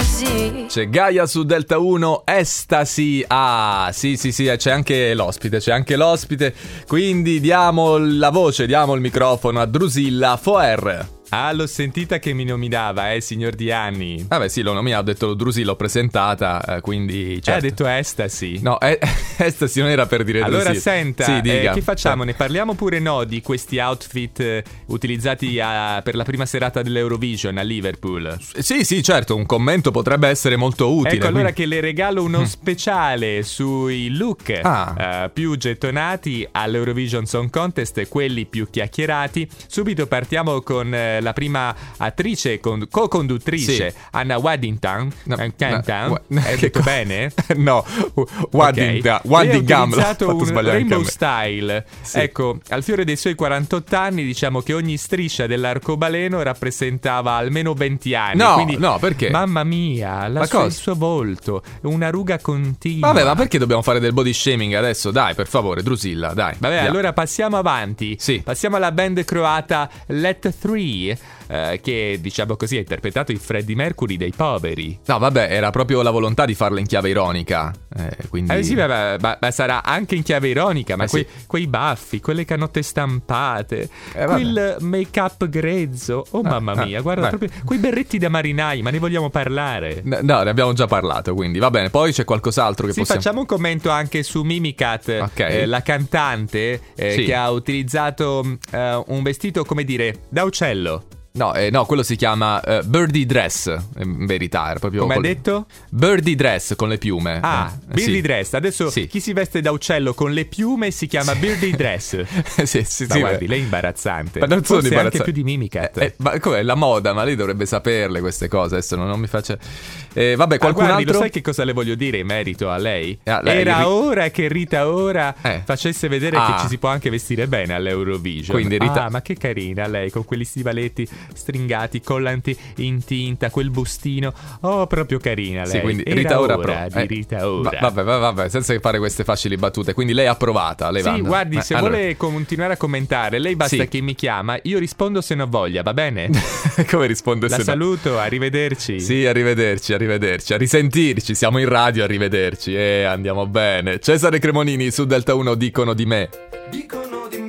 Sì. C'è Gaia su Delta 1, Estasi. Ah, sì, sì, sì, eh, c'è anche l'ospite, c'è anche l'ospite. Quindi diamo la voce, diamo il microfono a Drusilla Foer. Ah, l'ho sentita che mi nominava, eh, signor Diani. Vabbè, sì, l'ho nominato, ho detto Drusilla, l'ho presentata, eh, quindi... Cioè, ha certo. detto estasi. No, eh, Estasi non era per dire Allora Drusilla. senta, Sì, Certo. dica. eh, che facciamo? Ne parliamo oppure no di questi outfit eh, utilizzati a- per la prima serata dell'Eurovision a Liverpool? Sì, sì, certo, un commento potrebbe essere molto utile. Ecco allora quindi- Mm. che le regalo uno speciale sui look Ah. eh, più gettonati all'Eurovision Song Contest e quelli più chiacchierati. Subito partiamo con eh, la prima attrice, con- co-conduttrice, Anna Waddington. No, Eh, Cantan. no, gua- Hai che detto co- bene? no, Wadding Ok. Lei ha Gum, l'ho utilizzato fatto un sbagliare anche a Rainbow me. Style. Sì. Ecco, al fiore dei suoi 48 anni, diciamo che ogni striscia dell'arcobaleno rappresentava almeno 20 anni. No, quindi, no, perché? Mamma mia, la Ma sua- il cosa? suo volto, una ruga continua. Vabbè, ma perché dobbiamo fare del body shaming adesso? Dai, per favore, Drusilla, dai. Vabbè, via. allora passiamo avanti. Sì. Passiamo alla band croata Let 3, che diciamo così ha interpretato il Freddie Mercury dei poveri. No, vabbè, era proprio la volontà di farla in chiave ironica. Eh, quindi... Eh sì, ma, ma- ma- ma sarà anche in chiave ironica, ma Eh quei, sì. quei baffi, quelle canotte stampate, Eh, vabbè. quel make-up grezzo, oh Ah, mamma ah, mia, guarda beh. proprio quei berretti da marinai, ma ne vogliamo parlare? N- No, ne abbiamo già parlato, quindi va bene. Poi c'è qualcos'altro che Sì, possiamo... facciamo un commento anche su Mimicat, Ok. eh, la cantante eh, Sì. che ha utilizzato mh, eh, un vestito, come dire, da uccello. No, eh, no, quello si chiama eh, birdie dress, in verità. Era proprio Come ha col- detto? Birdie dress con le piume. Ah, Eh, Birdie sì. Dress. Adesso Sì. chi si veste da uccello con le piume si chiama Birdie Dress. sì, sì, Ma sì, guardi, beh. lei è imbarazzante. Ma non sono Forse imbarazzante. anche più di Mimicat. Eh, eh, ma com'è la moda? Ma lei dovrebbe saperle queste cose. Adesso non, non mi faccia. Eh, vabbè, Ah, qualcun guardi, altro. lo sai che cosa le voglio dire in merito a lei? Eh, a lei, Era ri- ora che Rita Ora Eh. facesse vedere Ah. che ci si può anche vestire bene all'Eurovision. Quindi Rita- Ah, ma che carina lei con quegli stivaletti stringati, collanti in tinta, quel bustino. Oh, proprio carina lei. Sì, quindi Era Rita Ora, pro. di Eh, Rita va- Ora. vabbè, va- vabbè, senza fare queste facili battute. Quindi lei è approvata. Lei Sì, Wanda? guardi, Eh, se allora. vuole continuare a commentare, lei basta Sì. che mi chiama, io rispondo se non voglia, va bene? Come risponde La se no? saluto, arrivederci. Sì, arrivederci, arrivederci, a risentirci, siamo in radio, eh, arrivederci e andiamo bene. Cesare Cremonini su Delta 1 dicono di me. Dicono di me